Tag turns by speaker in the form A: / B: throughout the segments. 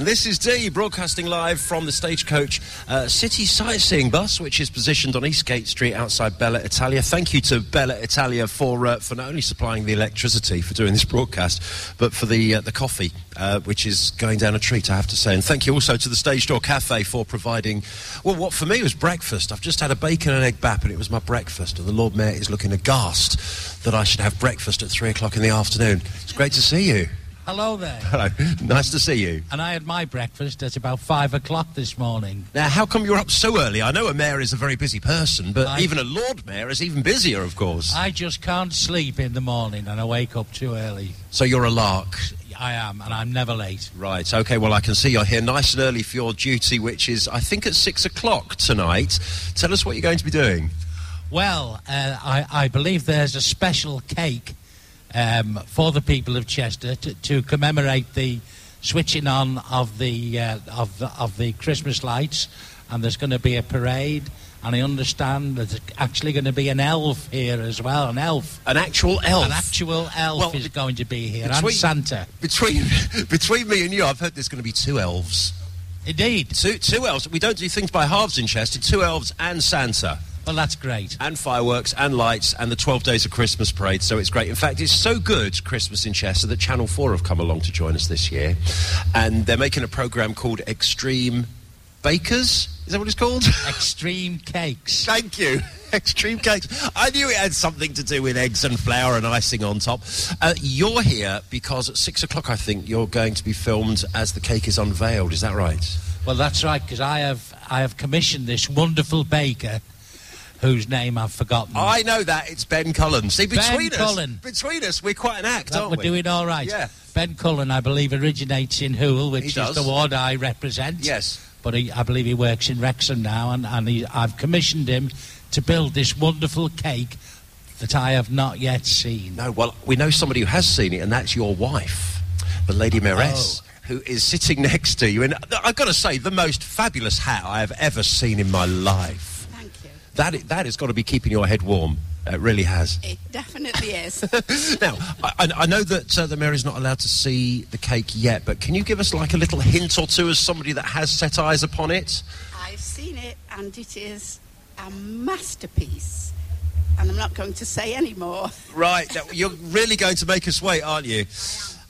A: This is D broadcasting live from the Stagecoach uh, City Sightseeing Bus, which is positioned on Eastgate Street outside Bella Italia. Thank you to Bella Italia for uh, for not only supplying the electricity for doing this broadcast, but for the uh, the coffee, uh, which is going down a treat, I have to say. And thank you also to the Stage Door Cafe for providing, well, what for me was breakfast. I've just had a bacon and egg bap, and it was my breakfast. And the Lord Mayor is looking aghast that I should have breakfast at three o'clock in the afternoon. It's great to see you.
B: Hello there.
A: Hello, nice to see you.
B: And I had my breakfast at about five o'clock this morning.
A: Now, how come you're up so early? I know a mayor is a very busy person, but
B: I-
A: even a Lord Mayor is even busier, of course.
B: I just can't sleep in the morning and I wake up too early.
A: so you're a lark.
B: I am, and I'm never late.
A: Right, okay, well, I can see you're here nice and early for your duty, which is, I think, at six o'clock tonight. Tell us what you're going to be doing.
B: Well, uh, I, I believe there's a special cake um, for the people of Chester to, to commemorate the switching on of the, uh, of the of the Christmas lights, and there's going to be a parade. And I understand there's actually going to be an elf here as well. An elf,
A: An actual elf.
B: an actual elf
A: Well,
B: is going to be here, and
A: between-
B: Santa.
A: Between, between me and you, I've heard there's going to be two elves.
B: Indeed.
A: Two, two elves. We don't do things by halves in Chester. Two elves and Santa.
B: Well, that's great.
A: and fireworks and lights and the 12 days of Christmas parade. So it's great. In fact, it's so good, Christmas in Chester, that Channel 4 have come along to join us this year. And they're making a program called Extreme Bakers. Is that what it's called?
B: Extreme cakes.
A: Thank you. Extreme cakes. I knew it had something to do with eggs and flour and icing on top. Uh, you're here because at six o'clock, I think, you're going to be filmed as the cake is unveiled. Is that right?
B: Well, that's right, because I have I have commissioned this wonderful baker, whose name I've forgotten.
A: I know that. It's Ben Cullen. See,
B: Ben
A: between us,
B: Cullen.
A: between us, we're quite an act,
B: But
A: aren't
B: we're
A: we?
B: doing all right.
A: Yeah.
B: Ben Cullen, I believe, originates in Hoole,
A: He
B: which
A: does.
B: is the ward I represent.
A: Yes.
B: But he, I believe he works in Wrexham now, and, and he, I've commissioned him to build this wonderful cake that I have not yet seen.
A: No, well, we know somebody who has seen it, and that's your wife, the Lady Mayoress, who is sitting next to you. And I've got to say, the most fabulous hat I have ever seen in my life.
C: Thank you.
A: That, i- that has got to be keeping your head warm. It really has.
C: It definitely is.
A: now, I, I- I know that uh, the mayor is not allowed to see the cake yet, but can you give us like a little hint or two as somebody that has set eyes upon it?
C: I've seen it, and it is a masterpiece. And I'm not going to say any more.
A: Right, now, you're really going to make us wait, aren't you?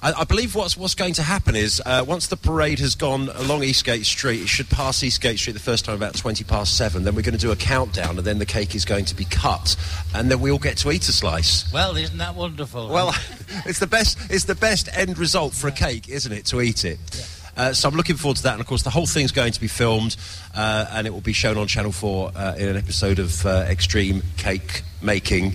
A: I, I believe what's what's going to happen is uh, once the parade has gone along Eastgate Street, it should pass Eastgate Street the first time about twenty past seven. Then we're going to do a countdown, and then the cake is going to be cut, and then we all get to eat a slice.
B: Well, isn't that wonderful?
A: Well, it's the best it's the best end result for a cake, isn't it? To eat it. Uh, so I'm looking forward to that, and of course the whole thing's going to be filmed, uh, and it will be shown on Channel Four uh, in an episode of uh, Extreme Cake Making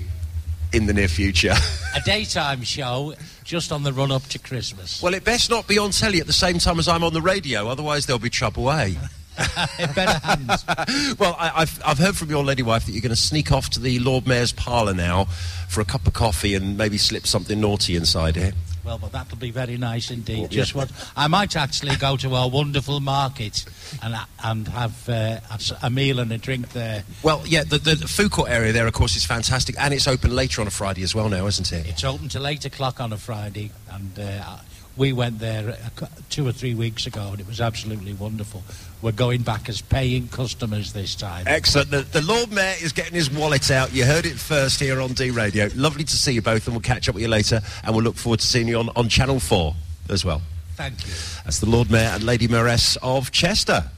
A: in the near future.
B: a daytime show just on the run up to Christmas.
A: Well, it best not be on telly at the same time as I'm on the radio, otherwise there'll be trouble, eh?
B: In better hands.
A: well, I, I've, I've heard from your lady wife that you're going to sneak off to the Lord Mayor's parlour now for a cup of coffee and maybe slip something naughty inside here.
B: Well, but that'll be very nice indeed.
A: Well,
B: Just
A: yeah.
B: what I might actually go to our wonderful market and and have uh, a meal and a drink there.
A: Well, yeah, the, the food court area there, of course, is fantastic, and it's open later on a Friday as well now, isn't it?
B: It's open till eight o'clock on a Friday, and uh, we went there a cou- two or three weeks ago, and it was absolutely wonderful. We're going back as paying customers this time.
A: Excellent. The, the Lord Mayor is getting his wallet out. You heard it first here on D Radio. Lovely to see you both, and we'll catch up with you later, and we'll look forward to seeing you on, on Channel 4 as well.
B: Thank you.
A: That's the Lord Mayor and Lady Mayoress of Chester.